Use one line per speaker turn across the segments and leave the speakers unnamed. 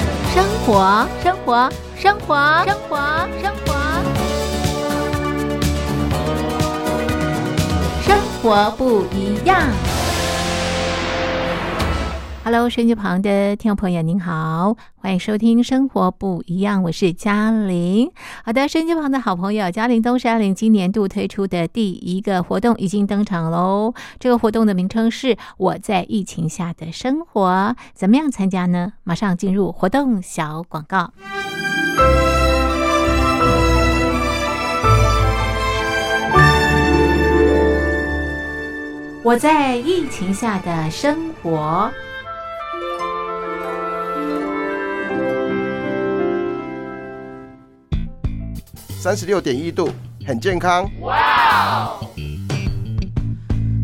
活，生活，生活，生活，生活，生活不一样。Hello，收音机旁的听众朋友，您好，欢迎收听《生活不一样》，我是嘉玲。好的，收音机旁的好朋友，嘉玲东山林今年度推出的第一个活动已经登场喽。这个活动的名称是“我在疫情下的生活”，怎么样参加呢？马上进入活动小广告。我在疫情下的生活。
三十六点一度，很健康。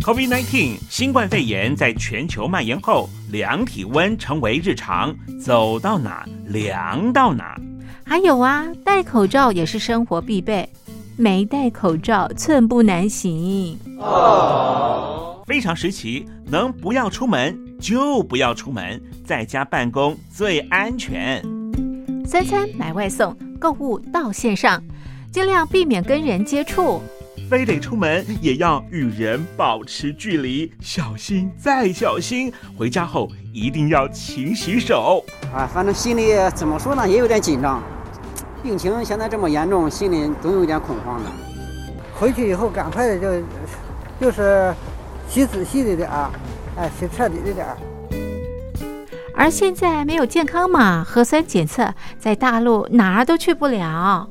COVID-19 新冠肺炎在全球蔓延后，量体温成为日常，走到哪量到哪。
还有啊，戴口罩也是生活必备，没戴口罩寸步难行。
非常时期，能不要出门就不要出门，在家办公最安全。
三餐买外送，购物到线上，尽量避免跟人接触。
非得出门也要与人保持距离，小心再小心。回家后一定要勤洗手。
啊，反正心里怎么说呢，也有点紧张。病情现在这么严重，心里总有点恐慌的。
回去以后赶快的就，就是洗仔细的点儿，哎，洗彻底的点儿。
而现在没有健康码、核酸检测，在大陆哪儿都去不了。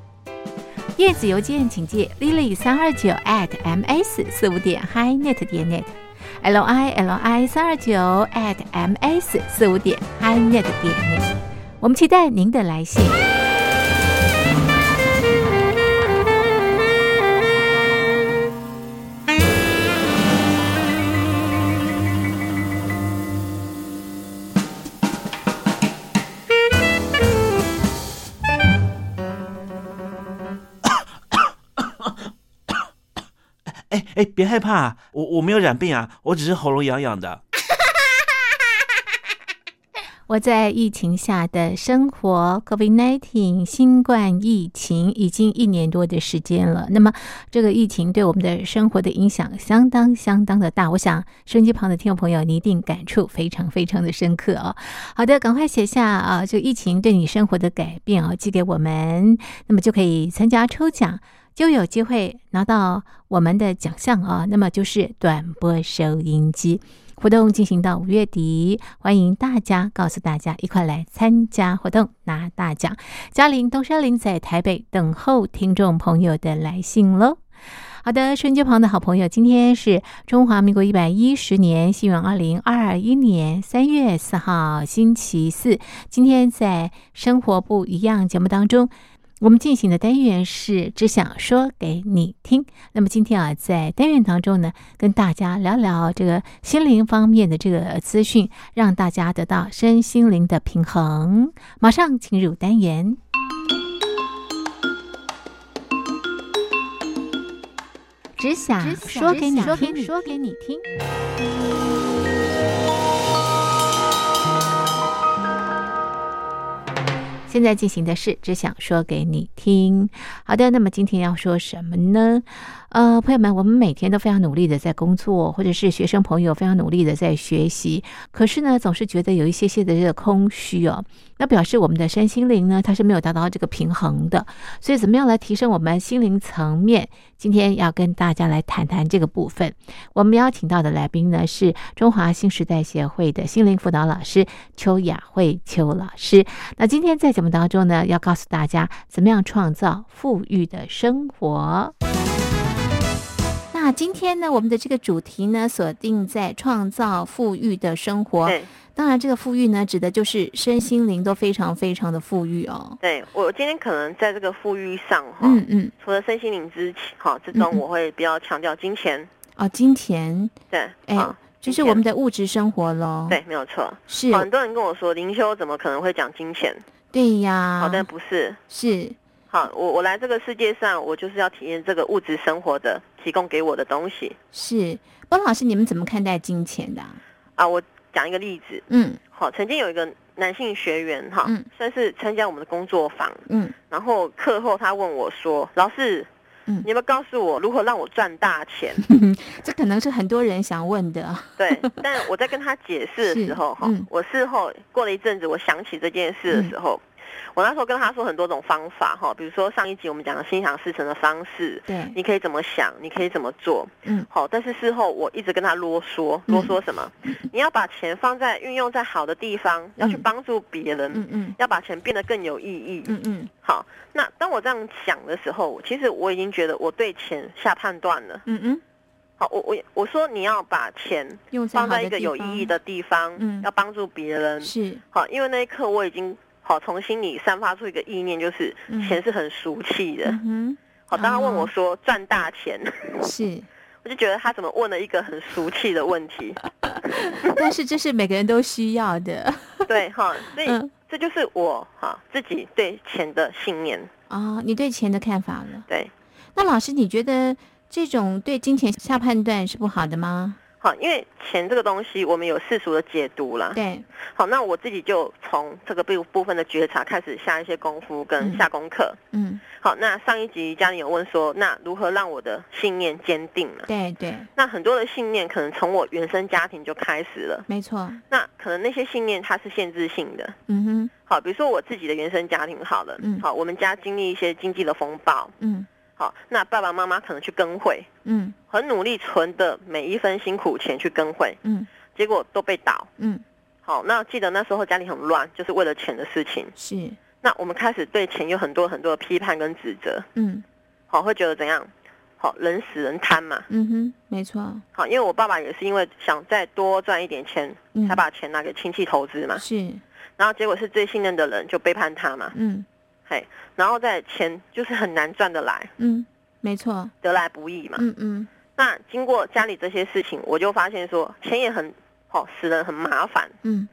电子邮件请寄 lily 三二九 at m s 四五点 hi net 点 net l i l i 三二九 at m s 四五点 hi net 点 net。我们期待您的来信。
哎哎，别害怕，我我没有染病啊，我只是喉咙痒痒的。
我在疫情下的生活，COVID-19 新冠疫情已经一年多的时间了。那么，这个疫情对我们的生活的影响相当相当的大。我想，收音机旁的听众朋友，你一定感触非常非常的深刻哦。好的，赶快写下啊，这个疫情对你生活的改变哦，寄给我们，那么就可以参加抽奖。就有机会拿到我们的奖项啊、那么就是短波收音机。活动进行到五月底，欢迎大家告诉大家一块来参加活动拿大奖。嘉玲东山林在台北等候听众朋友的来信喽。好的，瞬间旁的好朋友，今天是中华民国一百一十年，西元二零二一年三月四号，星期四。今天在《生活不一样》节目当中，我们进行的单元是“只想说给你听”。那么今天啊，在单元当中呢，跟大家聊聊这个心灵方面的这个资讯，让大家得到身心灵的平衡。马上进入单元。只想
啊
说给你听，说给你听。现在进行的是只想说给你听。好的，那么今天要说什么呢？
呃，朋友们，我们每天都非常努力的在工作，或者是学生朋友非常努力的在学习，可是呢，总是觉得有一些些的这个空虚哦。那表示我们的身心灵呢，它是没有达到这个平衡的。所以，怎么样来提升我们心灵层面？今天要跟大家来谈谈这个部分。我们邀请到的来宾呢，是中华新时代协会的心灵辅导老师邱雅慧邱老师。那今天在节目当中呢，要告诉大家怎么样创造富裕的生活。那今天呢，我们的这个主题呢，锁定在创造富裕的生活。
对
当然，这个富裕呢，指的就是身心灵都非常非常的富裕哦。
对，我今天可能在这个富裕上哈，
嗯嗯，
除了身心灵之哈之中
嗯，嗯
我会比较强调金钱，
哦，金钱
对，
哎
啊，
就是我们的物质生活喽。，
对，没有错。
是，
很多人跟我说，灵修怎么可能会讲金钱？
对呀
好，，但不是。
是，
好，我我来这个世界上，我就是要体验这个物质生活的提供给我的东西
是。汪老师，你们怎么看待金钱的啊、
啊。我讲一个例子，
嗯
好，曾经有一个男性学员哈，
嗯
算是参加我们的工作坊，
嗯
然后课后他问我说：“老师，
嗯
你有没有告诉我如何让我赚大钱？”
这可能是很多人想问的。
对，但我在跟他解释的时候，
是
哈、
嗯
我事后过了一阵子，我想起这件事的时候，我那时候跟他说很多种方法，哈，比如说上一集我们讲的心想事成的方式，
对，
你可以怎么想，你可以怎么做，
嗯，
好，但是事后我一直跟他啰嗦，
嗯
啰嗦什么？你要把钱放在运用在好的地方，要去帮助别人，
嗯嗯
要把钱变得更有意义。
嗯嗯
好，那当我这样想的时候，其实我已经觉得我对钱下判断了。
嗯嗯，
好，我我我说你要把钱
用在
放
好
在
的
一个
地
有
方
意义的地方，
嗯
要帮助别人。
是，
好，因为那一刻我已经好从心里散发出一个意念，就是
嗯
钱是很俗气的。
嗯
好，当他问
哦
我说赚大钱，
哼，是。
我就觉得他怎么问了一个很俗气的 问题。
但是这是每个人都需要的
对哈，所以
嗯
这就是我哈自己对钱的信念。
哦。你对钱的看法了？
对，
那老师，你觉得这种对金钱下判断是不好的吗？
好，因为钱这个东西我们有世俗的解读啦。
对，
好，那我自己就从这个部部分的觉察开始下一些功夫跟
嗯
下功课。
嗯，
好，那上一集嘉玲有问说，那如何让我的信念坚定呢？
对对，
那很多的信念可能从我原生家庭就开始了，
没错，
那可能那些信念它是限制性的。
嗯哼，
好，比如说我自己的原生家庭好了，
嗯
好，我们家经历一些经济的风暴，
嗯
好，那爸爸妈妈可能去耕会，
嗯
很努力存的每一分辛苦钱去耕会，
嗯
结果都被倒。
嗯，
好，那记得那时候家里很乱，就是为了钱的事情。
是，
那我们开始对钱有很多很多的批判跟指责，
嗯
好，会觉得怎样？好，人死人贪嘛，
嗯哼，没错，
好，因为我爸爸也是因为想再多赚一点钱，
嗯
才把钱拿给亲戚投资嘛。
是，
然后结果是最信任的人就背叛他嘛，
嗯
嘿，然后再钱就是很难赚得来，
嗯，没错，
得来不易嘛。
嗯嗯
那经过家里这些事情，我就发现说钱也很好、使人很麻烦，
嗯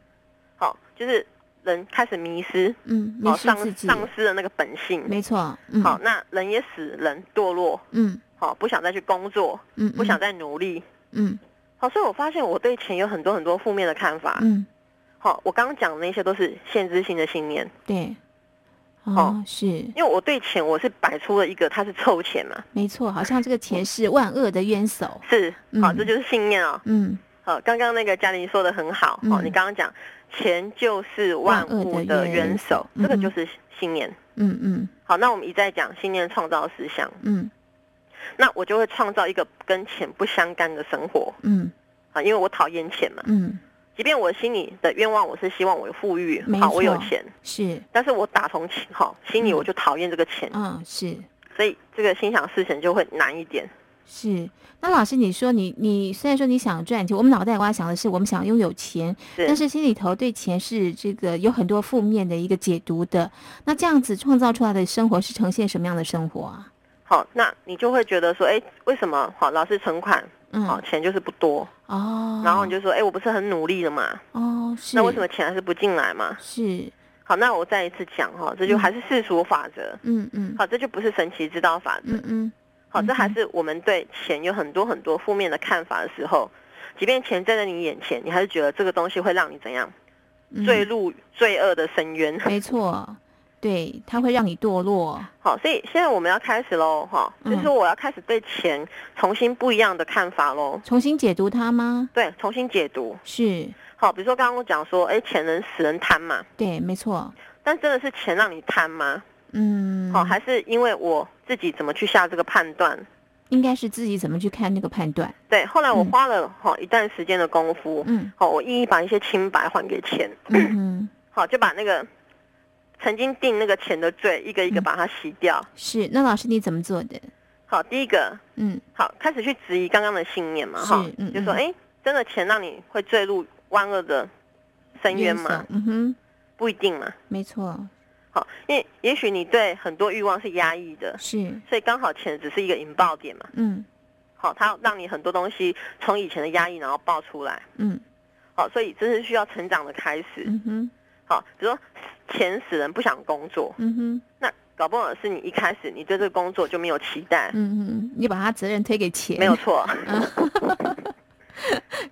好、就是人开始迷失，
嗯，迷
好、
失自
丧
己，
丧失了那个本性。
没错，嗯
哦好、那人也使人堕落，
嗯
好、不想再去工作，
嗯，
不想再努力。
嗯，
好，所以我发现我对钱有很多很多负面的看法。
嗯嗯，
好，我刚刚讲的那些都是限制性的信念，
对，哦
好，
是
因为我对钱我是摆出了一个它是臭钱嘛，
没错，好像这个钱是万恶的冤首，
是，好，
嗯
这就是信念哦。
嗯，
好，刚刚那个嘉玲说的很好，
嗯
好，你刚刚讲钱就是万物
万恶的
的
元
元
首
首，
嗯
这个就是信念。
嗯嗯
好，那我们一再讲信念创造思想，
嗯
那我就会创造一个跟钱不相干的生活
嗯
啊，因为我讨厌钱嘛。
嗯，
即便我心里的愿望我是希望我有富裕
没，
好，我有
错
钱，
是，
但是我打从心哈心里我就讨厌这个钱，
嗯是。
所以这个心想事成就会难一点。
是，那老师，你说你你虽然说你想赚钱，我们脑袋瓜想的是我们想拥有钱，
是
但是心里头对钱是这个有很多负面的一个解读的。那这样子创造出来的生活是呈现什么样的生活啊？
好，那你就会觉得说，哎，为什么好老是存款，
嗯，
好钱就是不多，
哦，
然后你就说，哎，我不是很努力的嘛，
哦是，
那为什么钱还是不进来嘛？
是
好，那我再一次讲哈，这就还是世俗法则，
嗯嗯
好，这就不是神奇之道法则，
嗯嗯
好，这还
嗯哼
是我们对钱有很多很多负面的看法的时候，即便钱站在你眼前，你还是觉得这个东西会让你怎样
嗯
坠入罪恶的深渊。
没错，对，它会让你堕落。
好，所以现在我们要开始喽，哈，
嗯
就是我要开始对钱重新不一样的看法喽。
重新解读它吗？
对，重新解读。
是，
好，比如说刚刚我讲说，哎，钱能使人贪嘛？
对，没错。
但真的是钱让你贪吗？
嗯，
好，还是因为我自己怎么去下这个判断？
应该是自己怎么去看那个判断。
对，后来我
嗯
花了哈一段时间的功夫，
嗯
好，我一一把一些清白还给钱，
嗯哼，
好，就把那个曾经定那个钱的罪一个一个
嗯
把它洗掉。
是。那老师你怎么做的？
好，第一个
嗯，
好，开始去质疑刚刚的信念嘛，
是
哈，
嗯
就说，
嗯
哎，真的钱让你会坠入万恶的深渊
手
吗？
嗯哼，
不一定嘛，
没错，
好，因为也许你对很多欲望是压抑的，
是。
所以刚好钱只是一个引爆点嘛，
嗯
好，它让你很多东西从以前的压抑然后爆出来，
嗯
好，所以这是需要成长的开始，
嗯哼
好，比如说钱使人不想工作，
嗯哼
那搞不好是你一开始你对这个工作就没有期待，
嗯哼，你把他责任推给钱，
没有错，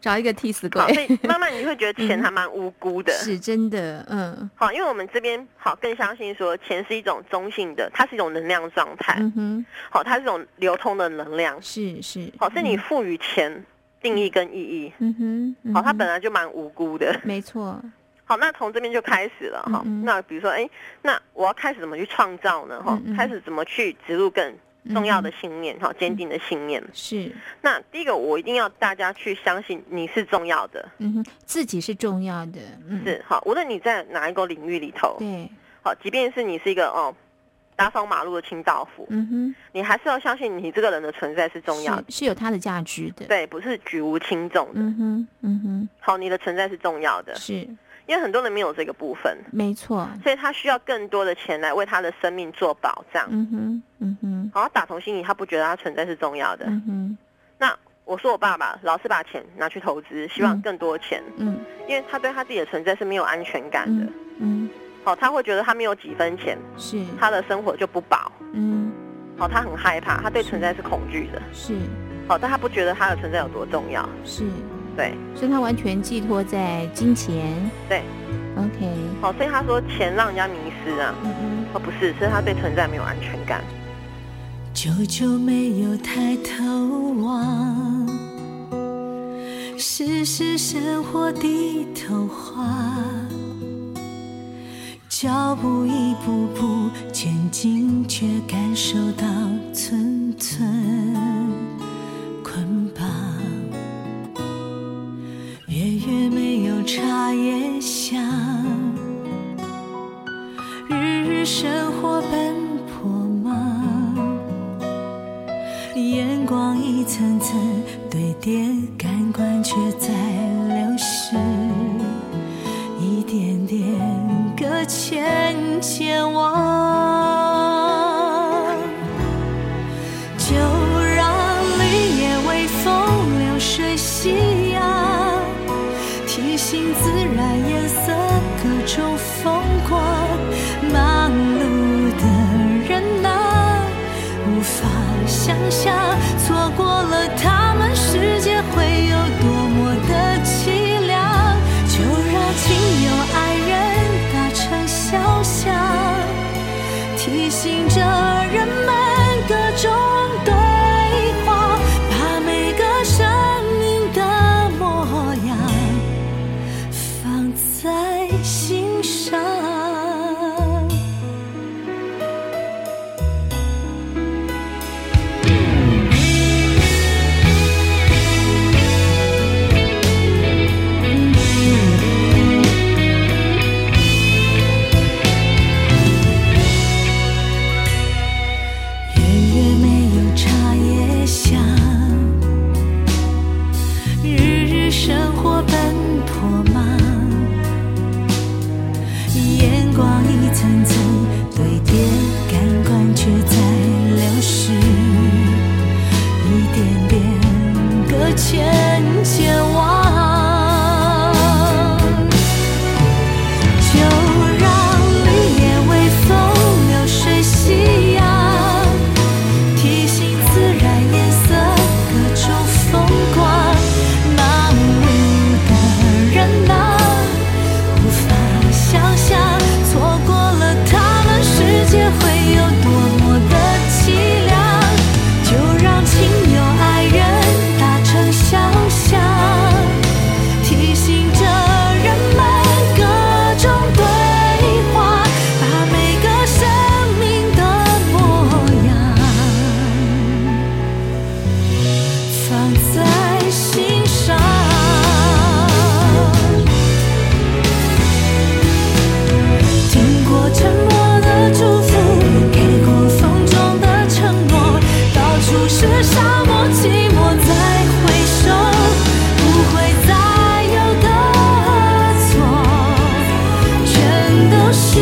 找一个替死鬼
好，，所以慢慢你会觉得钱还蛮无辜的，
嗯 是真的。嗯
好，因为我们这边好更相信说，钱是一种中性的，它是一种能量状态，
嗯哼，
好，它是一种流通的能量，
是是。
好，是你
嗯
赋予钱定义跟意义，
嗯哼，嗯
好，它
哼
本来就蛮无辜的，
没错，
好，那从这边就开始了哈
嗯嗯。
那比如说，哎，那我要开始怎么去创造呢？哈
嗯嗯，
开始怎么去植入更重要的
嗯
信念，哈，坚定的信念。
是，
那第一个，我一定要大家去相信你是重要的，
嗯哼，自己是重要的，嗯，
是好，无论你在哪一个领域里头，
对，
好，即便是你是一个哦。打扫马路的清道夫，
嗯哼，
你还是要相信你这个人的存在是重要的，
是是有它的价值的，，
对，不是举无轻重的。
嗯哼，嗯
好，你的存在是重要的
哼，，是嗯
因为很多人没有这个部分，
没错，
所以他需要更多的钱来为他的生命做保障。
嗯哼，嗯哼，
好，打从心里他不觉得他存在是重要的。
嗯哼，
那我说我爸爸老是把钱拿去投资，希望
嗯
更多钱，
嗯
因为他对他自己的存在是没有安全感的
嗯。嗯，
好，他会觉得他没有几分钱，
是，
他的生活就不保。
嗯
好，他很害怕，他对存在是恐惧的。
是
好，但他不觉得他的存在有多重要。
是，
对，
所以它完全寄托在金钱，
对
，OK，
好，所以他说钱让人家迷失啊。
嗯哼，
哦，不是，是他对存在没有安全感。
久久没有抬头望，世事生活低头花，脚步一步步前进，却感受到寸寸捆绑。月月没有茶叶香。日日生活奔波忙，眼光一层层堆叠，感官却在流逝，一点点搁浅前往。就让绿叶微风流水夕阳。提醒自然颜色各种风光，忙碌的人啊，无法想象错过了他们，世界会有多么的凄凉。就让亲友爱人达成肖像，提醒着人们各种对话，把每个生命的模样。放在心上。月月没有茶叶香，日日生活奔波忙，眼光一层层堆叠，感官却在流逝，一点点搁浅前往。就让绿叶微风流水夕阳。提醒自然颜色各种风光，忙碌的人啊，无法想象错过了他希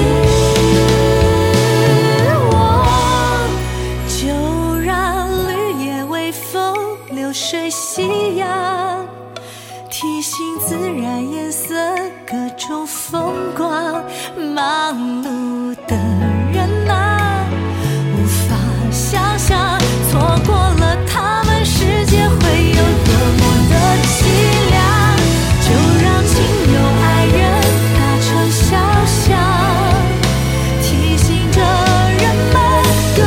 望。就让绿叶微风流水夕阳，提醒自然颜色各种风光。忙碌的人啊，无法想象错过了他们，世界会有多么的凄凉。就让亲友爱人打成肖像。提醒着人们各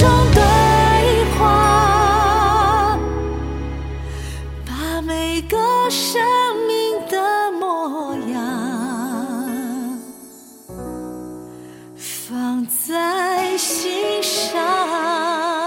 种对话，把每个生命的模样放在心上。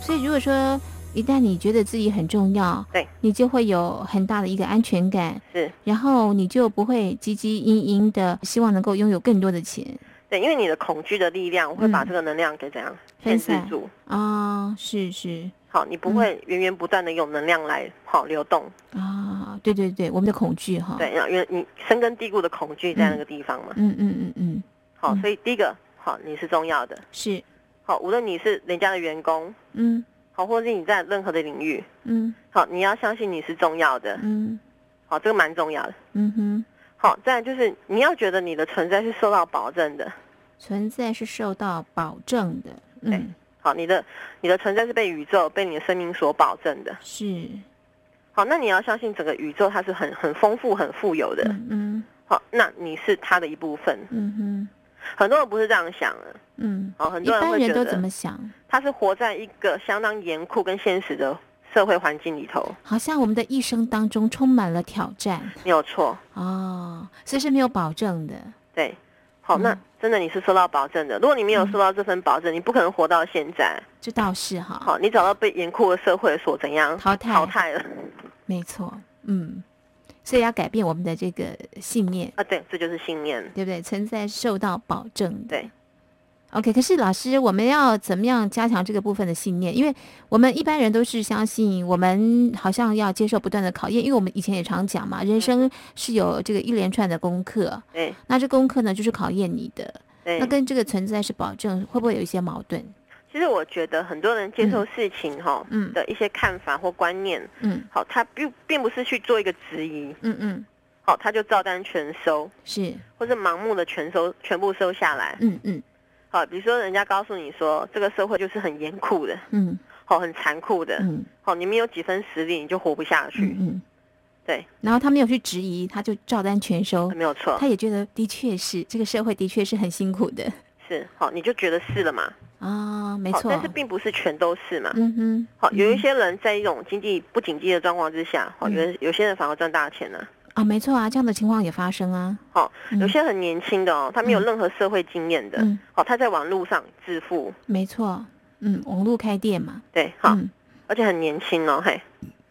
所以如果说一旦你觉得自己很重要，
对，
你就会有很大的一个安全感，
是
然后你就不会汲汲营营的希望能够拥有更多的钱
对，因为你的恐惧的力量会把
嗯
这个能量给怎样
分
限制
散嗯
住。
啊、是是
好，你不会源源不断的有能量来好流动，
啊、对对对，我们的恐惧哈，
对，然后因为你深根蒂固的恐惧在那个地方嘛。
嗯，嗯嗯嗯，
好，
嗯
所以第一个，好，你是重要的。
是，
好，无论你是人家的员工，
嗯
好，或者是你在任何的领域，
嗯
好，你要相信你是重要的。
嗯
好，这个蛮重要的。
嗯哼，
好，再来就是你要觉得你的存在是受到保证的。
存在是受到保证的，嗯，
好，你的你的存在是被宇宙、被你的生命所保证的。
是，
好，那你要相信整个宇宙它是很很丰富、很富有的。
嗯嗯
好，那你是它的一部分。
嗯哼，
很多人不是这样想的。
嗯，
好，很
一
多人
般
会
人
觉
都怎
得
么想？
他是活在一个相当严酷跟现实的社会环境里头。
好像我们的一生当中充满了挑战
没有错，
哦，所以是没有保证的，
对。好，那
嗯
真的你是受到保证的。如果你没有受到这份保证，你不可能活到现在。
这倒是哈，
好，你早到被严酷的社会所怎样
嗯淘汰
淘汰了
没错，嗯，所以要改变我们的这个信念，
啊？对，这就是信念。
对不对？存在受到保证的。
对。
OK，可是老师，我们要怎么样加强这个部分的信念？因为我们一般人都是相信，我们好像要接受不断的考验，因为我们以前也常讲嘛，
嗯
人生是有这个一连串的功课，
对
那这功课呢就是考验你的，
对
那。跟这个存在是保证，会不会有一些矛盾？
其实我觉得很多人接受事情哈、
嗯
的一些看法或观念，
嗯
好，他并并不是去做一个质疑，
嗯嗯，
好，他就照单全收，
是，
或是盲目的全收全部收下来。
嗯嗯
好，比如说人家告诉你说这个社会就是很严酷的，
嗯
好，很残酷的，
嗯
好，你没有几分实力你就活不下去
嗯，嗯，
对，
然后他没有去质疑，他就照单全收，
没有错
他，也觉得的确是这个社会的确是很辛苦的
是好，你就觉得是了嘛，
啊、没
好，
错，
但是并不是全都是嘛。
嗯哼，
好，有
嗯
一些人在一种经济不景气的状况之下，好，
嗯
有有些人反而赚大钱呢、
啊，没错啊，这样的情况也发生啊。
好，
嗯
有些很年轻的哦，他没有任何社会经验的，
嗯
好，他在网络上致富，
没错，嗯，网络开店嘛，
对，好，
嗯，
而且很年轻哦，嘿，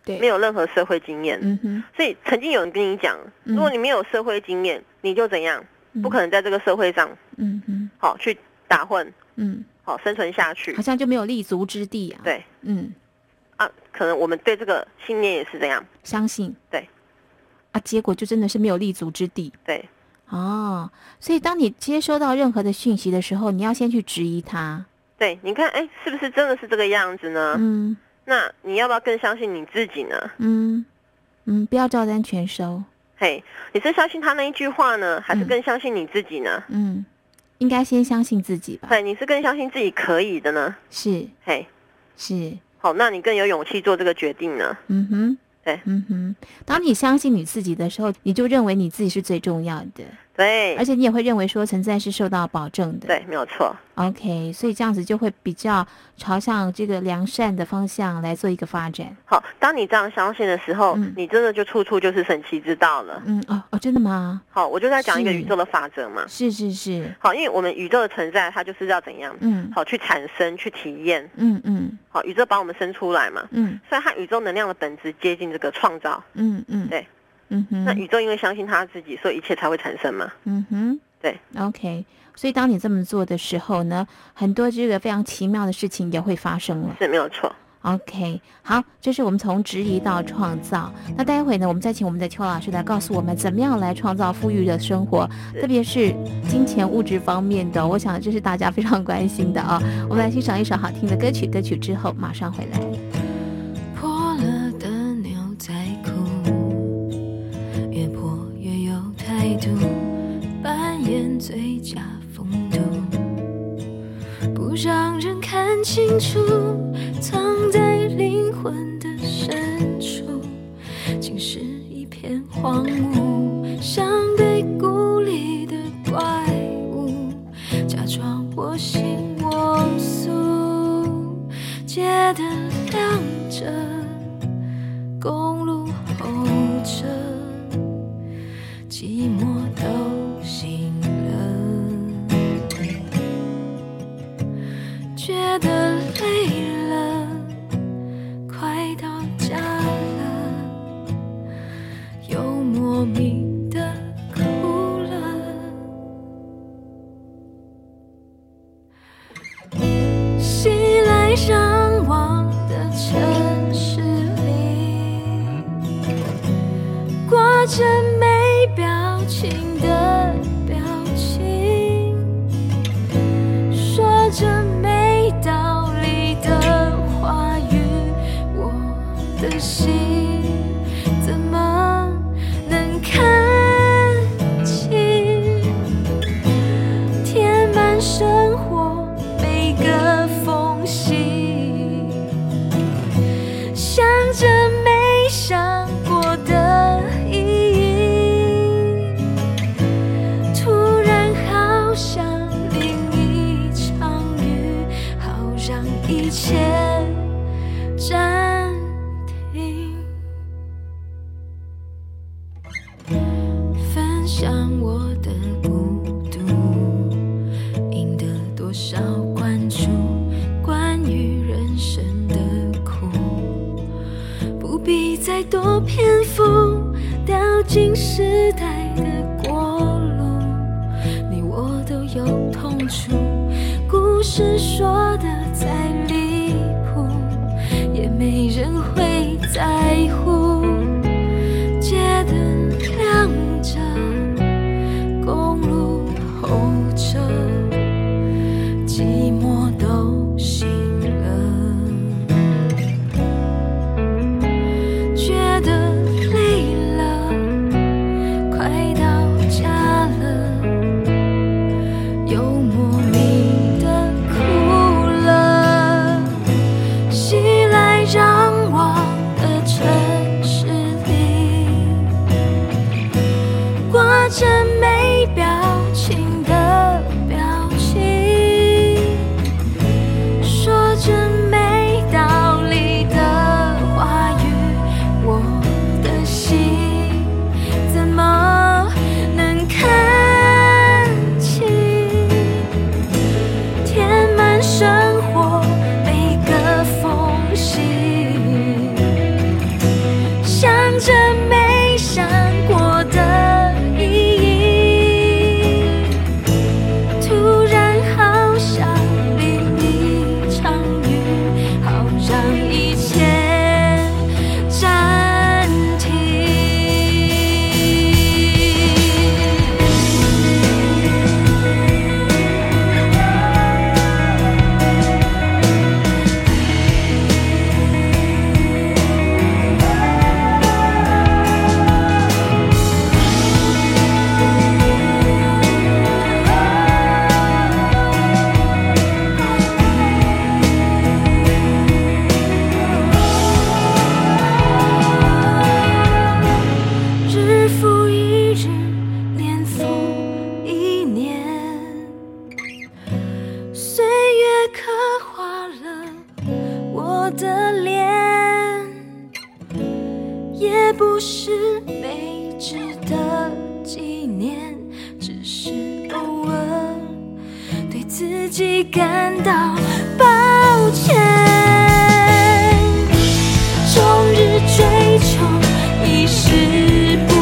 对
没有任何社会经验，
嗯哼，
所以曾经有人跟你讲，
嗯
如果你没有社会经验，你就怎样，
嗯
不可能在这个社会上
嗯哼，
好去打混，
嗯，
好生存下去
好，像就没有立足之地啊。，
对
嗯，
啊，可能我们对这个信念也是这样，
相信，
对，
啊，结果就真的是没有立足之地
对，
哦。所以，当你接收到任何的讯息的时候，你要先去质疑它。
对，你看，哎，是不是真的是这个样子呢？
嗯
那你要不要更相信你自己呢？
嗯嗯，不要照单全收。
嘿，你是相信他那一句话呢，还是
嗯
更相信你自己呢？
嗯，应该先相信自己吧。
对，你是更相信自己可以的呢？
是
嘿，
是，
好，那你更有勇气做这个决定呢？
嗯哼，
对
嗯哼。当你相信你自己的时候，你就认为你自己是最重要的，
对
而，且你也会认为说存在是受到保证的。
对，没有错，
，OK，所以这样子就会比较朝向这个良善的方向来做一个发展。
好，当你这样相信的时候，
嗯
你真的就处处就是神奇之道了。
嗯，哦哦，真的吗？
好，我就在讲一个
是
宇宙的法则嘛。
是是是，
好，因为我们宇宙的存在，它就是要怎样？
嗯
好，去产生、去体验。
嗯嗯
好，宇宙把我们生出来嘛，
嗯
所以它宇宙能量的本质接近这个创造。
嗯嗯，
对。
嗯
那
哼，
宇宙因为相信他自己，所以一切才会产生嘛。
嗯哼，
对
，OK。所以当你这么做的时候呢，很多这个非常奇妙的事情也会发生了。
是没有错。
OK，好，这是我们从质疑到创造。那待会呢，我们再请我们的邱老师来告诉我们怎么样来创造富裕的生活，
是
特别是金钱物质方面的哦、我想这是大家非常关心的啊、我们来欣赏一首好听的歌曲，歌曲之后马上回来。
破了的牛仔裤，越破越有态度，扮演最佳风度，不让人看清楚，藏在灵魂的深处，竟是一片荒芜，像被孤立的怪物，假装我行我素。街灯亮着，公路候车，寂寞都醒了，觉得累了，快到家了，又莫名的哭了。熙来攘往的城市里，挂着没表情的表情，说着没道理的话语，我的心怎么能看清？填满生活每个缝隙，想着没想过的意义，突然好想淋一场雨，好让一切暂停。分享我的孤独，赢得多少关注？关于人生的苦，不必再多篇幅掉进时代的锅炉，你我都有痛处。故事说的再离谱，也没人会在乎。街灯亮着，公路候车，寂寞都醒了，觉得累了，快到家了，又莫名的哭了。熙来攘往的城市里，挂着没表情的表情，说着没道理的话语，我的心怎么能看清？填满生活每个缝隙，想着没想过的意义，突然好想淋一场雨，好让一切暂停。日复一日，年复一年，岁月刻画了我的脸，也不是每值的纪念，只是偶尔对自己感到抱歉。终日追求一事不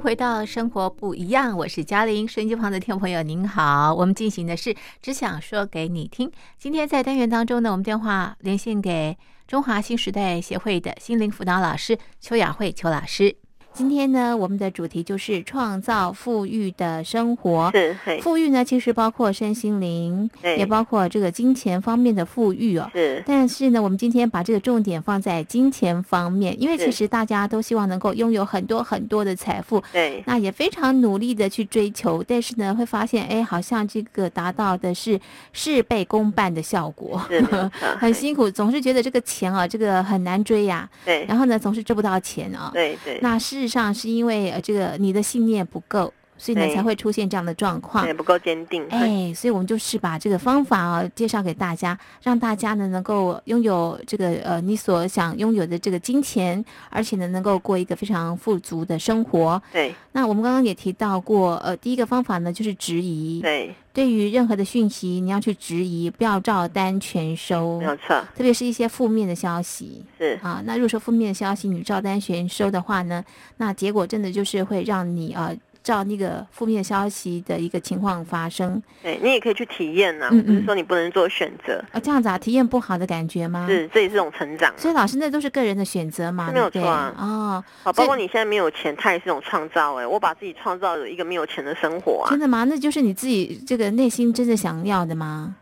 回到生活不一样，我是嘉玲。收音机旁的听众朋友，您好，我们进行的是只想说给你听。今天在单元当中呢，我们电话连线给中华新时代协会的心灵辅导老师邱雅慧邱老师。今天呢，我们的主题就是创造富裕的生活。
是，嘿，
富裕呢，其实包括身心灵，
对
也包括这个金钱方面的富裕哦。
是，
但是呢，我们今天把这个重点放在金钱方面，因为
是
其实大家都希望能够拥有很多很多的财富，
对，
那也非常努力的去追求，但是呢，会发现，哎，好像这个达到的是事倍功半的效果，
是没有错
很辛苦，总是觉得这个钱啊，这个很难追呀、
对，
然后呢，总是追不到钱啊。
对对，
那事实上是因为呃，这个你的信念不够，所以呢
对
才会出现这样的状况
对。不够坚定，嘿
哎，所以我们就是把这个方法啊介绍给大家，让大家呢能够拥有这个呃你所想拥有的这个金钱，而且呢能够过一个非常富足的生活。
对
那我们刚刚也提到过，呃，第一个方法呢就是质疑，
对，
对于任何的讯息你要去质疑，不要照单全收
没，有错，
特别是一些负面的消息。
是，
啊，那如果说负面的消息你照单全收的话呢，那结果真的就是会让你啊、呃照那个负面消息的一个情况发生。
对你也可以去体验呐，
嗯
不是
嗯
说你不能做选择，
啊，这样子啊，体验不好的感觉吗？。
是，这也是一种成长啊，
所以老师，那都是个人的选择嘛，
是没有
对不
错
对
啊
哦，
好，
所以
包括你现在没有钱，它也是一种创造，哎，我把自己创造了一个没有钱的生活啊
真，的吗？那就是你自己这个内心真的想要的吗？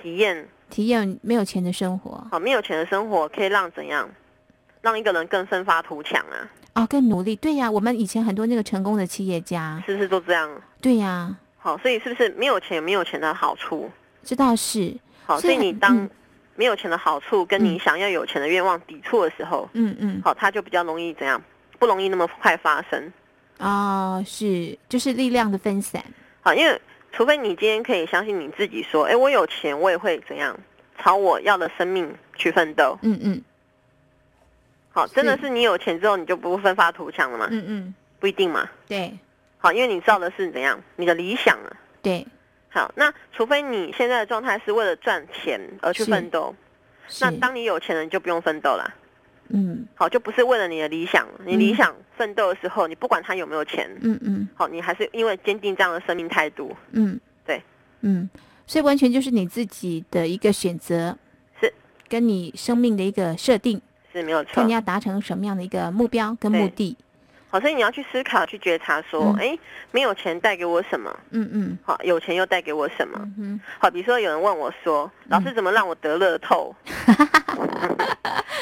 体验
体验没有钱的生活，
好没有钱的生活，可以让怎样，让一个人更奋发图强啊，
哦，更努力。对呀、我们以前很多那个成功的企业家，
是不是都这样？
对呀、
好，所以是不是没有钱有没有钱的好处？
这倒是，
好，
所
所
以
以你
很
当
嗯
没有钱的好处跟你想要有钱的愿望抵触的时候，
嗯嗯，
好，它就比较容易怎样？不容易那么快发生。
哦，是，就是力量的分散，
好，因为除非你今天可以相信你自己，说，哎，我有钱，我也会怎样，朝我要的生命去奋斗。
嗯嗯
好，真的
是
是你有钱之后，你就不会奋发图强了吗？
嗯嗯，
不一定嘛。
对
好，因为你知道的是怎样，你的理想啊。
对，
好，那除非你现在的状态是为了赚钱而去
是
奋斗，
是
那，当你有钱了，你就不用奋斗啦。
嗯
好，就不是为了你的理想，你
嗯
理想奋斗的时候，你不管他有没有钱，
嗯嗯
好，你还是因为坚定这样的生命态度，
嗯，
对，
嗯，所以完全就是你自己的一个选择，
是
跟你生命的一个设定，
是没有错
看你。要达成什么样的一个目标跟目
对
的。
好，所以你要去思考、去觉察，说
嗯，
哎、没有钱带给我什么？
嗯嗯
好，有钱又带给我什么？
嗯哼，
好，比如说有人问我说，老师怎么让我得乐 透？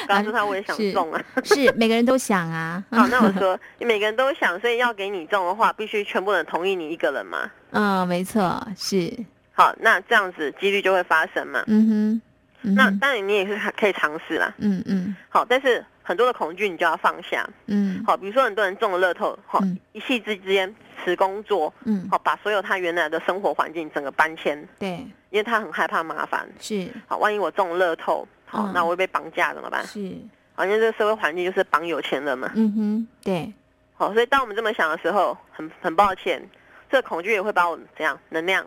告诉他我也想
是
中啊。
是每个人都想啊，
好，那我说，你每个人都想，所以要给你中的话，必须全部人同意你一个人嘛。
嗯，没错，是，
好，那这样子几率就会发生嘛。
嗯哼，嗯
那
哼
当然你也是可以尝试啦。
嗯嗯
好，但是很多的恐惧你就要放下。
嗯
好，比如说很多人中了乐透，好，
嗯
一夕之间辞工作，
嗯，
好，把所有他原来的生活环境整个搬迁，
对，
因为他很害怕麻烦。
是
好，万一我中了乐透，好，
嗯
那我会被绑架怎么办？
是，
好，因为这个社会环境就是绑有钱人嘛。
嗯哼，对，，
好，所以当我们这么想的时候，很很抱歉，这个恐惧也会把我们怎样能量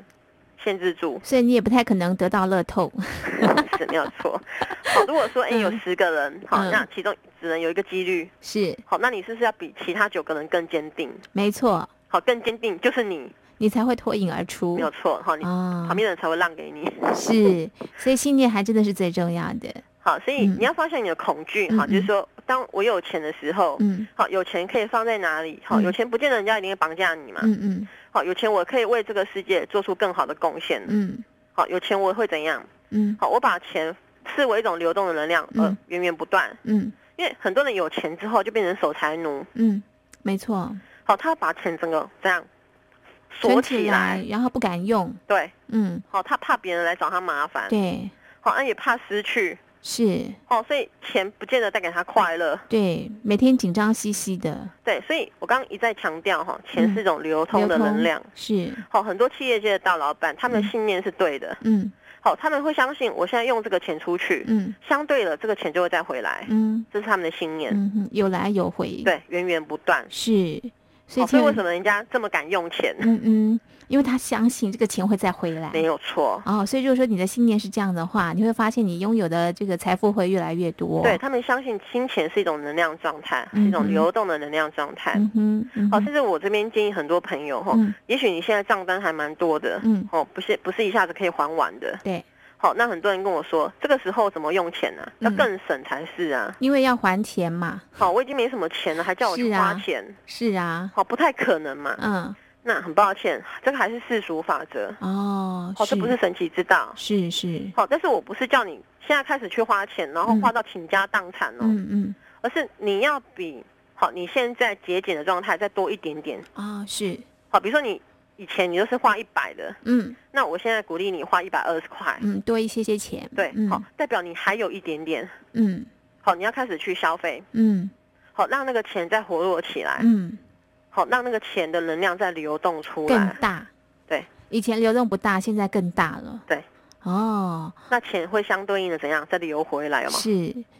限制住
所以你也不太可能得到乐透，
是没有错。好，如果说哎、
嗯
有十个人，好，
嗯
那其中只能有一个几率，
是
好，那你是不是要比其他九个人更坚定？
没错，
好，更坚定就是你，
你才会脱颖而出
没有错，好，你
啊
旁，边人才会让给你。
是，所以信念还真的是最重要的，
好，所以
嗯
你要放下你的恐惧，
嗯
好，就是
嗯
说，当我有钱的时候，
嗯
好，有钱可以放在哪里？好，
嗯
有钱不见得人家一定会绑架你嘛。
嗯嗯
好，有钱我可以为这个世界做出更好的贡献。
嗯
好，有钱我会怎样？
嗯
好，我把钱视为一种流动的能量，呃
嗯，
源源不断。
嗯
因为很多人有钱之后就变成守财奴，
嗯，没错，
好，他把钱整个这样锁
存
起
起
来
来，，然后不敢用，
对，
嗯，
好，他怕别人来找他麻烦，
对，
好，啊那也怕失去。
是，
哦，所以钱不见得带给他快乐，
对，每天紧张兮兮的，
对，所以我刚刚一再强调哈，钱
嗯
是一种流
流
通的能量。
是，
好，很多企业界的大老板，他们的信念是对的。
嗯
好，他们会相信我现在用这个钱出去，
嗯
相对的这个钱就会再回来，
嗯
这是他们的信念。
嗯哼，有来有回，，
对，源源不断。
是，所以
哦所以
千
为
万
什么人家这么敢用钱？
嗯嗯，因为他相信这个钱会再回来。
没有错，
哦，所以如果说你的信念是这样的话，你会发现你拥有的这个财富会越来越多。
对，他们相信金钱是一种能量状态，是一
嗯
种
哼
流动的能量状态。
嗯哼，嗯
哦，
哼，
甚至我这边建议很多朋友哈、
嗯
也许你现在账单还蛮多的，
嗯
哦，不是不是一下子可以还完的。
对，
好、那很多人跟我说，这个时候怎么用钱呢、要
嗯
更省才是啊。
因为要还钱嘛。
好、我已经没什么钱了，还叫我去
是啊
花钱，
是啊，
好、不太可能嘛。
嗯，
那很抱歉，这个还是世俗法则，
哦，
好、这不是神奇之道。
是是，
好、但是我不是叫你现在开始去花钱，然后
嗯
花到倾家荡产哦，
嗯嗯，
而是你要比好、你现在节俭的状态再多一点点。
哦是，
好、比如说你以前你都是花一百的，
嗯
那我现在鼓励你花一百二十块，
嗯，多一些些钱，
对，
嗯
好，代表你还有一点点，
嗯
好，你要开始去消费，
嗯
好，让那个钱再活络起来，
嗯，
好，让那个钱的能量再流动出
更
来，
大，
对，
以前流动不大，现在更大了，
对，
哦，
那钱会相对应的怎样再流回来，有吗？
是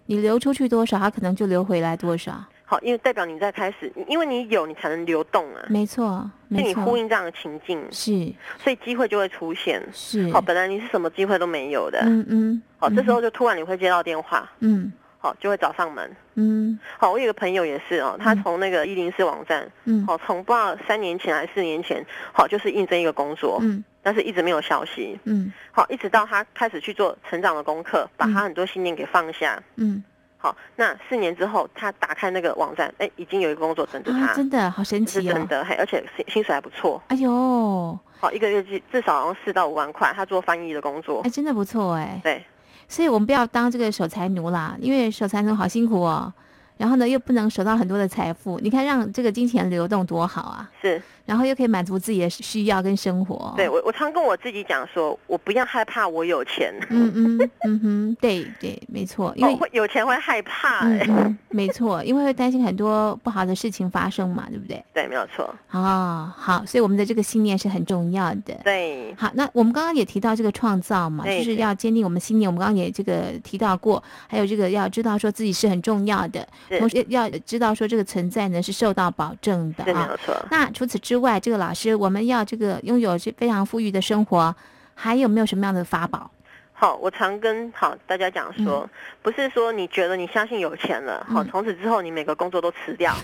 你流出去多少，它可能就流回来多少，
好，因为代表你在开始，因为你有，你才能流动啊，
没错，
就
没
你呼
错，
应这样的情境，
是
所以机会就会出现。
是，
好，本来你是什么机会都没有的，
嗯嗯，
好，这时候
嗯
就突然你会接到电话，
嗯
好，就会找上门。
嗯
好，我有个朋友也是哦，他
嗯
从那个一零四网站
嗯
好，从不知道三年前还是四年前，好，就是应征一个工作，
嗯
但是一直没有消息。
嗯
好，一直到他开始去做成长的功课，把他很多信念给放下。
嗯，
好，那四年之后，他打开那个网站，哎，已经有一个工作等着他，
啊，真的好神
是
奇
真
哦，
的，嘿，而且薪薪水还不错，
哎呦，
好，一个月至至少好像四到五万块，他做翻译的工作
哎，，真的不错哎，
对，
所以我们不要当这个守财奴啦，因为守财奴好辛苦哦。然后呢，又不能守到很多的财富，你看让这个金钱流动多好啊！
是，
然后又可以满足自己的需要跟生活。
对，我我常跟我自己讲说，我不要害怕我有钱，
嗯嗯嗯哼，对对，没错，因为、
哦，会有钱会害怕、
嗯
哎，
嗯，没错，因为会担心很多不好的事情发生嘛，对不对？
对，没有错，
哦，好，所以我们的这个信念是很重要的。
对，
好，那我们刚刚也提到这个创造嘛，
对
就是
对
要坚定我们信念。我们刚刚也这个提到过，还有这个要知道说自己是很重要的，
是
同时要知道说这个存在呢是受到保证的
是没
啊。
有错。
那除此之外，这个老师，我们要这个拥有这非常富裕的生活，还有没有什么样的法宝？
好，我常跟好大家讲说，不是说你觉得你相信有钱了，好、
嗯
从此之后你每个工作都辞 掉，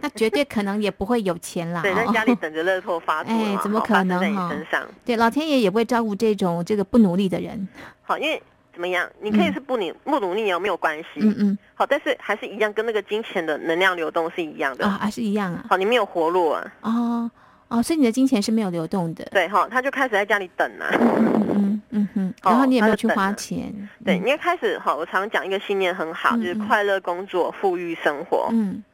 那绝对可能也不会有钱啦、哦
对，在家里等着乐透发作
哎
嘛，
怎么
好
可
发生
能
在你
哈
身上，
对，老天爷也不会照顾这种这个不努力的人。
好，因为怎么样，你可以
嗯
是不努不努力也没有关系，
嗯嗯，
好，但是还是一样，跟那个金钱的能量流动是一样的，
啊，还是一样啊。
好，你没有活路啊，
哦哦，所以你的金钱是没有流动的。
对，好，他就开始在家里等啊，
嗯嗯嗯哼，然后
哦
你也
那
没有
就
去
等
花
了
钱。
对，
嗯
你一开始好，我常讲一个信念很好，就是
嗯嗯
快乐工作，富裕生活，
嗯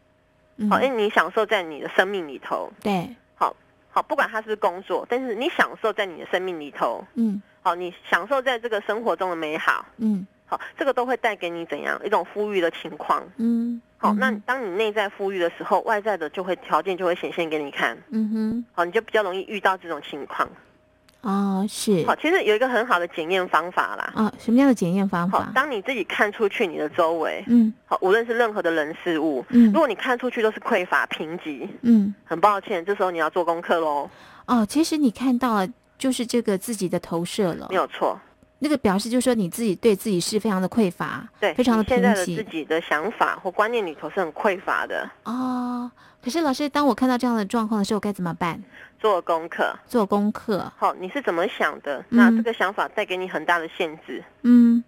嗯，
哦好，因为你享受在你的生命里头，
对，
好，不管它是不是工作，但是你享受在你的生命里头，
嗯
好，你享受在这个生活中的美好，
嗯
好，这个都会带给你怎样一种富裕的情况。
嗯，
好，
嗯
那
哼
当你内在富裕的时候，外在的就会条件就会显现给你看，
嗯
好，你就比较容易遇到这种情况。
哼，哦是
好，其实有一个很好的检验方法啦。
啊，什么样的检验方
好
法，？
当你自己看出去你的周围，
嗯
好，无论是任何的人事物，
嗯
如果你看出去都是匮乏、贫瘠，
嗯，
很抱歉，这时候你要做功课喽，
哦，其实你看到了。就是这个自己的投射了
没，有错。
那个表示就是说你自己对自己是非常的匮乏，
对，
非常的
你
贫
现在的自
瘠
己的想法或观念里头是很匮乏的，
哦。可是老师，当我看到这样的状况的时候，该怎么办？
做功课。
做功课，
好，你是怎么想的？
嗯
那这个想法带给你很大的限制。
嗯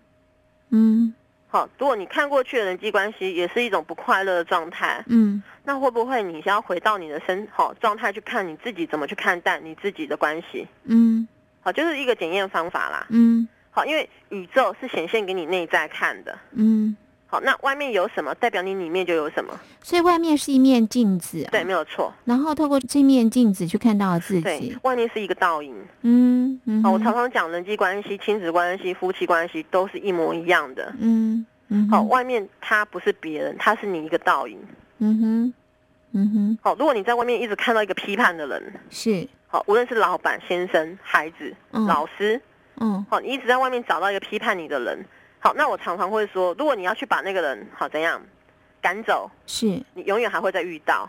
嗯
好，如果你看过去的人际关系也是一种不快乐的状态，
嗯
那会不会你想要回到你的身好状态去看你自己怎么去看待你自己的关系？
嗯
好，就是一个检验方法啦。
嗯
好，因为宇宙是显现给你内在看的。
嗯，
好，那外面有什么，代表你里面就有什么。
所以外面是一面镜子、啊
对，，没有错。
然后透过这面镜子去看到自
对
己，，
外面是一个倒影。
嗯嗯
好，哦我
哼
常常讲人际关系、亲子关系、夫妻关系都是一模一样的。
嗯嗯
好，
哼
外面他不是别人，他是你一个倒影。
嗯哼嗯哼
好，如果你在外面一直看到一个批判的人，
是
好，无论是老板、先生、孩子、
嗯
老师，哦
嗯
好，你一直在外面找到一个批判你的人，好，那我常常会说，哦如果你要去把那个人好怎样赶走，
是
你永远还会再遇到。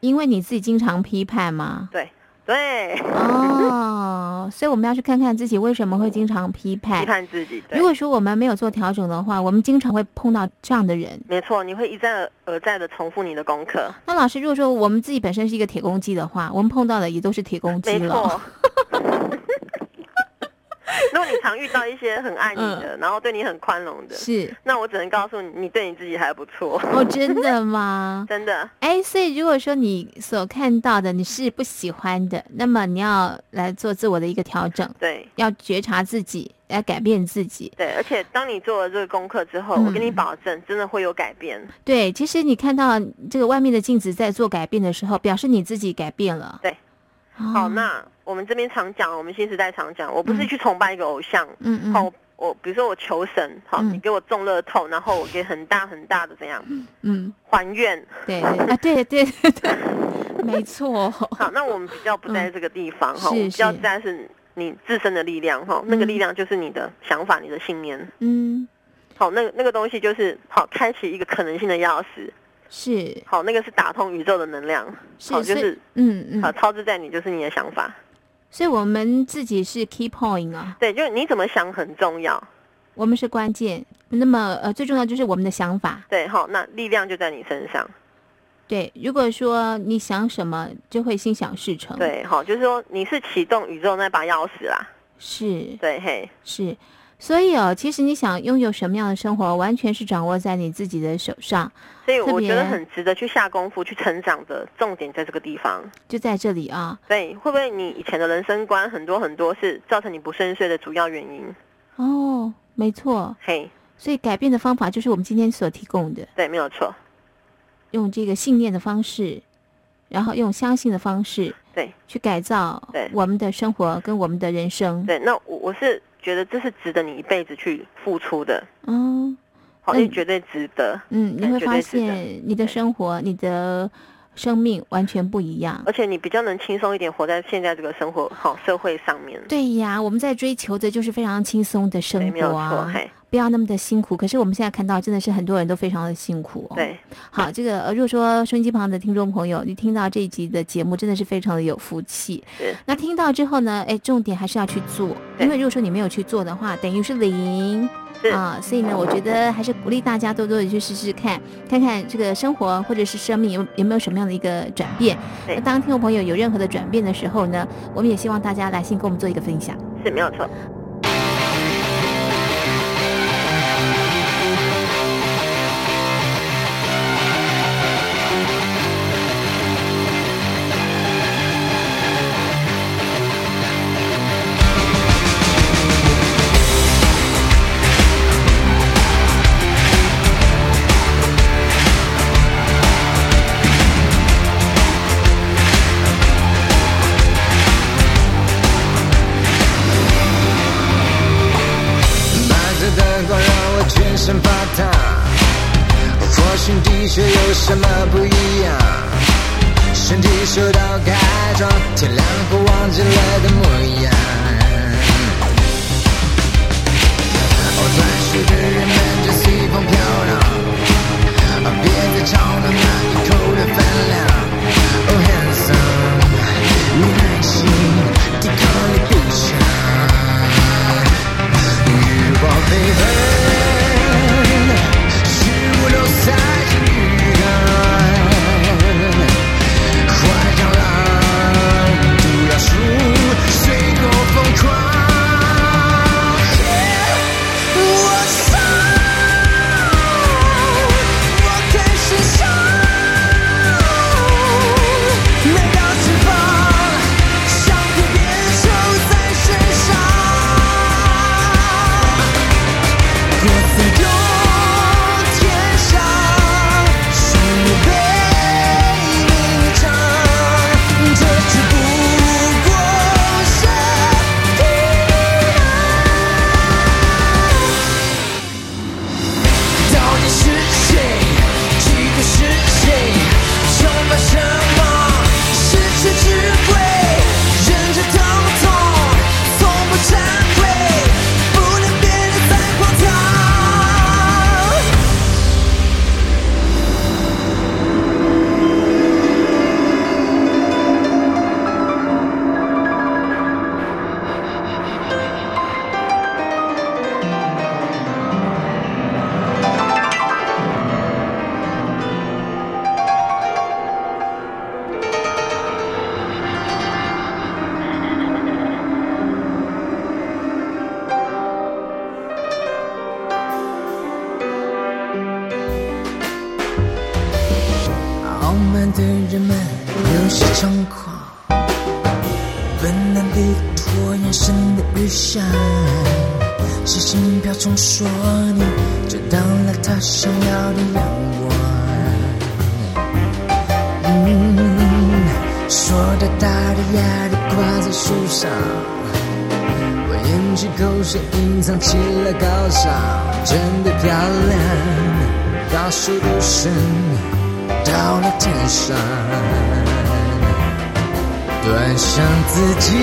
因为你自己经常批判嘛。
对，
哎哦，所以我们要去看看自己为什么会经常批判
批。判自己。对
如果说我们没有做调整的话，我们经常会碰到这样的人。
没错，你会一再而而再的重复你的功课。
那老师，如果说我们自己本身是一个铁公鸡的话，我们碰到的也都是铁公鸡
没
了。
错。如果你常遇到一些很爱你的，然后对你很宽容的，
嗯是
那我只能告诉你，你对你自己还不错，
哦，真的吗？
真的。
哎，所以如果说你所看到的你是不喜欢的，那么你要来做自我的一个调整，
对
要觉察自己，来改变自己。
对，而且当你做了这个功课之后，
嗯
我跟你保证，真的会有改变。
对，其实你看到这个外面的镜子在做改变的时候，表示你自己改变了。
对
哦，
好，那我们这边常讲，我们新时代常讲，我不是去崇拜一个偶像，
嗯嗯，
好、我比如说我求神，好，
嗯
你给我中乐透，然后我给很大很大的怎样
嗯，
还愿，
对对啊，对对对对，没 错，
好，那我们比较不在这个地方哈，
嗯是
我们比较
是
在是你自身的力量哈，那个力量就是你的想法、你的信念。
嗯，
好，那那个东西就是好，开启一个可能性的钥匙。
是
好，那个是打通宇宙的能量。
是，
好，就
所以
是
嗯嗯
好，，超支在你就是你的想法。
所以我们自己是 key point 啊，
对，就是你怎么想很重要。
我们是关键。那么呃，最重要就是我们的想法。
对，好，那力量就在你身上。
对，如果说你想什么，就会心想事成。，
对，好，就是说你是启动宇宙那把钥匙啦。
是
对，嘿，
是。所以哦，其实你想拥有什么样的生活，完全是掌握在你自己的手上，
所以
特
我觉得
别
很值得去下功夫去成长的重点在这个地方。
就在这里啊。
对，会不会你以前的人生观很多很多是造成你不顺遂的主要原因？
哦，没错。
嘿，
所以改变的方法就是我们今天所提供的，
对，没有错，
用这个信念的方式，然后用相信的方式
对
去改造
对
我们的生活跟我们的人生。
对。那我我是觉得这是值得你一辈子去付出的，
嗯。
好，
那
因为
你
绝对值得，
嗯，你
哎
会
绝
发
对是的
现你的
对
生活、你的生命完全不一样。
而且你比较能轻松一点活在现在这个生活好社会上面。
对呀，我们在追求的就是非常轻松的
对，
生
没有
活
错，
啊，
嘿，
不要那么的辛苦。可是我们现在看到，真的是很多人都非常的辛苦、哦。，
对，
好，这个呃，如果说收音机旁的听众朋友，你听到这一集的节目，真的是非常的有福气。
是
那听到之后呢，哎，重点还是要去做，
对
因为如果说你没有去做的话，等于是零。
是，
啊，所以呢，我觉得还是鼓励大家多多的去试试看，看看这个生活或者是生命有有没有什么样的一个转变。
对
那当听众朋友有任何的转变的时候呢，我们也希望大家来信跟我们做一个分享。
是没有错。
满着灯光让我全身发烫，或许的确有什么不一样，身体受到改装，天亮后忘记了的模样。哦，钻石的人们就随风飘荡，啊别再吵了嘛，一口的分量。哦，handsome，你耐心抵抗力不强。欲望飞奔，是我留下的预感。快上来，不要输，随我疯狂。我烧，我开始烧，每道脂肪像个变球在身上。
慢的人们有些猖狂，笨蛋地拖延神的雨伞，写信瓢虫说你找到了他想要的阳光。嗯，说的大的压力挂在树上。我咽起口水，隐藏起了高尚，真的漂亮。高速路上到了天上，端详自己，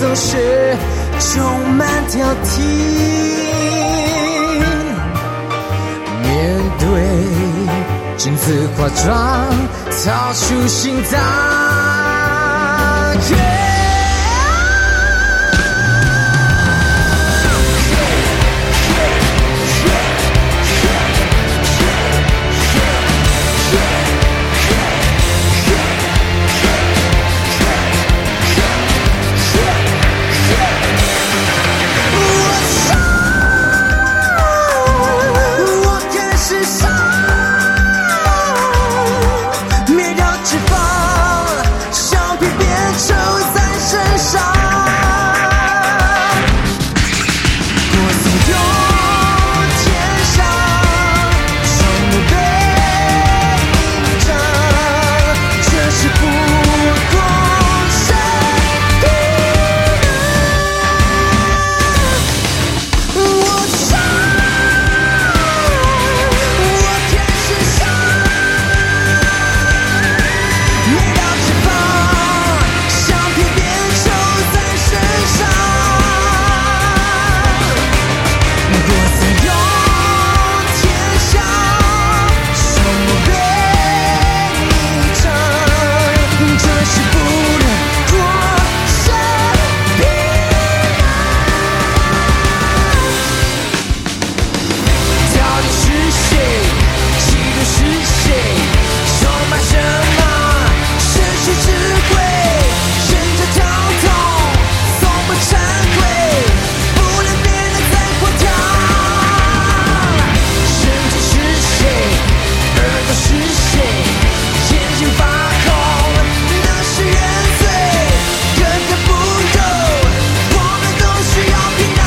总是充满挑剔。面对镜子化妆，掏出心脏。Yeah! 我开始烧，没有脂肪，橡皮变臭在身上。我总有天上，从不被隐藏，这是不过山的人。我烧。我开始烧，每道脂肪像皮鞭抽在身上。我曾有天下，从不被隐藏，这是不能过山的人。到底是谁？嫉妒是谁？崇拜什么？失去智慧，忍着疼痛，从不忏悔，不能变得再荒唐。身体是谁？耳朵是谁？眼睛发红，那是原罪，根本不够，我们都需要平安。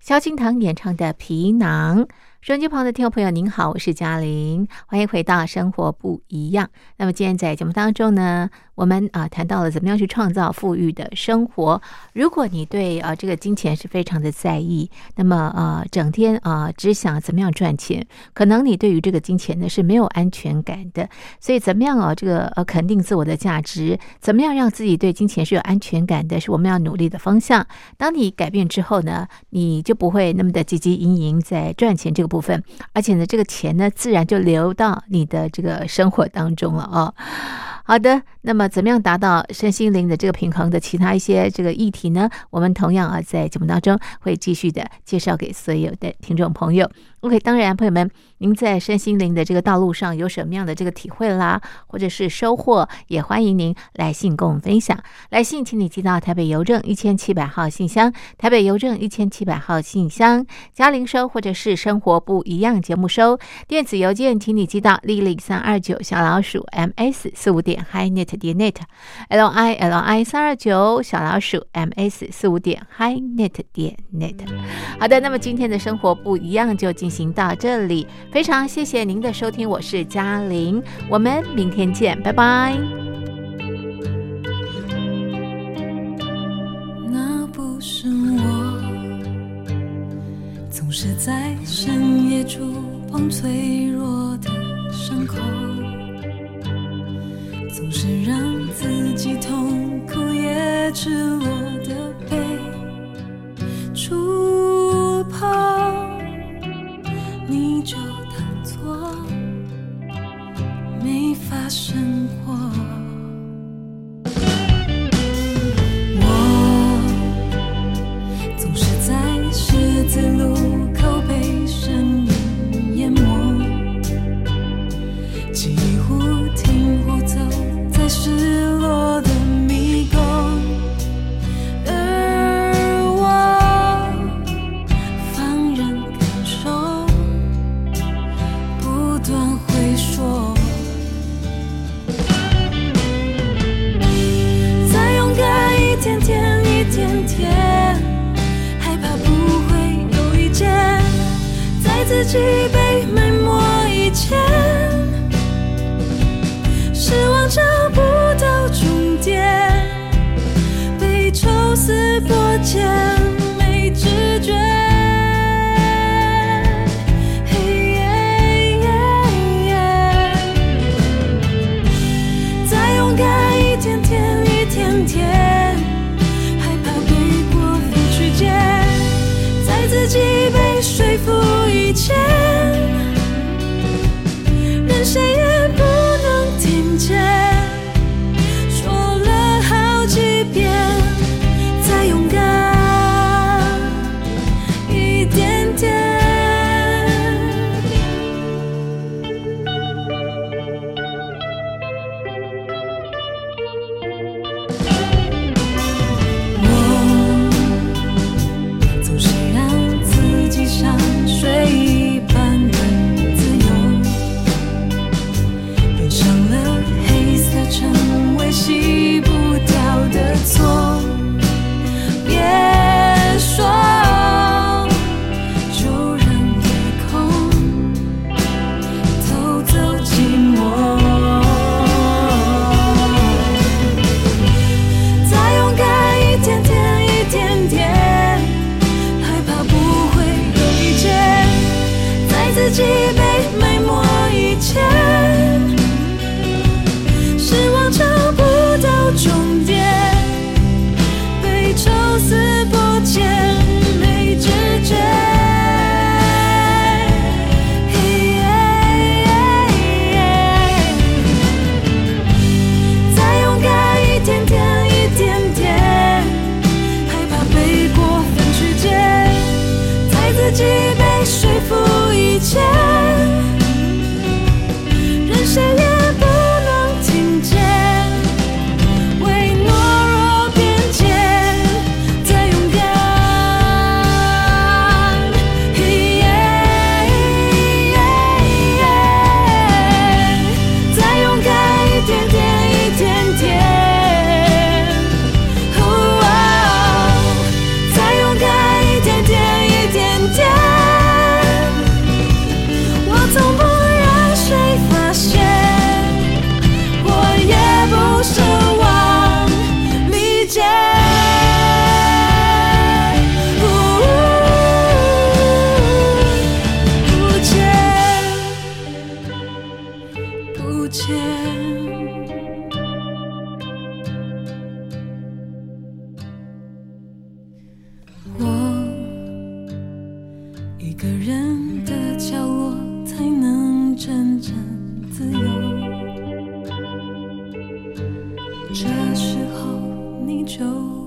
萧敬腾演唱的《皮囊》。收音机旁的听众朋友，您好，我是嘉玲，欢迎回到《生活不一样》。那么今天在节目当中呢，我们啊、谈到了怎么样去创造富裕的生活。如果你对啊这个金钱是非常的在意，那么呃整天啊、只想怎么样赚钱，可能你对于这个金钱呢是没有安全感的。所以怎么样啊这个呃肯定自我的价值，怎么样让自己对金钱是有安全感的，是我们要努力的方向。当你改变之后呢，你就不会那么的汲汲营营在赚钱这个部分，而且呢，这个钱呢，自然就流到你的这个生活当中了哦。好的，那么怎么样达到身心灵的这个平衡的其他一些这个议题呢？我们同样啊，在节目当中会继续的介绍给所有的听众朋友。OK，当然，朋友们，您在身心灵的这个道路上有什么样的这个体会啦，或者是收获，也欢迎您来信跟我们分享。来信，请你寄到台北邮政一千七百号信箱，台北邮政一千七百号信箱，嘉玲收或者是生活不一样节目收。电子邮件，请你寄到 lily 三二九小老鼠 ms 四五点 highnet 点 net l i l i 三二九小老鼠 ms 四五点 highnet 点 net。好的，那么今天的生活不一样就进行到这里，非常谢谢您的收听，我是嘉玲，我们明天见，拜拜。
那不是我，总是在深夜触碰脆弱的伤口，总是让自己痛苦也赤裸的被触碰，你就当作没发生过。我总是在自己被埋没以前，失望找不到终点，被抽丝剥茧，没知觉。嘿耶耶耶再勇敢一点点，一天天，害怕被过分曲解，在自己被说服以前，任谁也不能听见。说了好几遍，再勇敢一点点。我总是让自己像水一般的自由，染上了黑色，成为洗不掉的错。别说，就让夜空偷走寂寞。再勇敢一点点，一点点，害怕不会有一天，在自己被埋没以前，失望找不到终点，被抽丝剥茧，没知觉。再勇敢一点点，一点点，害怕被过分曲解，在自己被说服以前，任谁也不能听见，为懦弱辩解，再勇敢。再勇敢一点点，一点点，哦，再勇敢一点点，一点点，我总不让谁发现，我也不奢望理解。不见。不见。我一个人的角落才能真正自由。这时候你就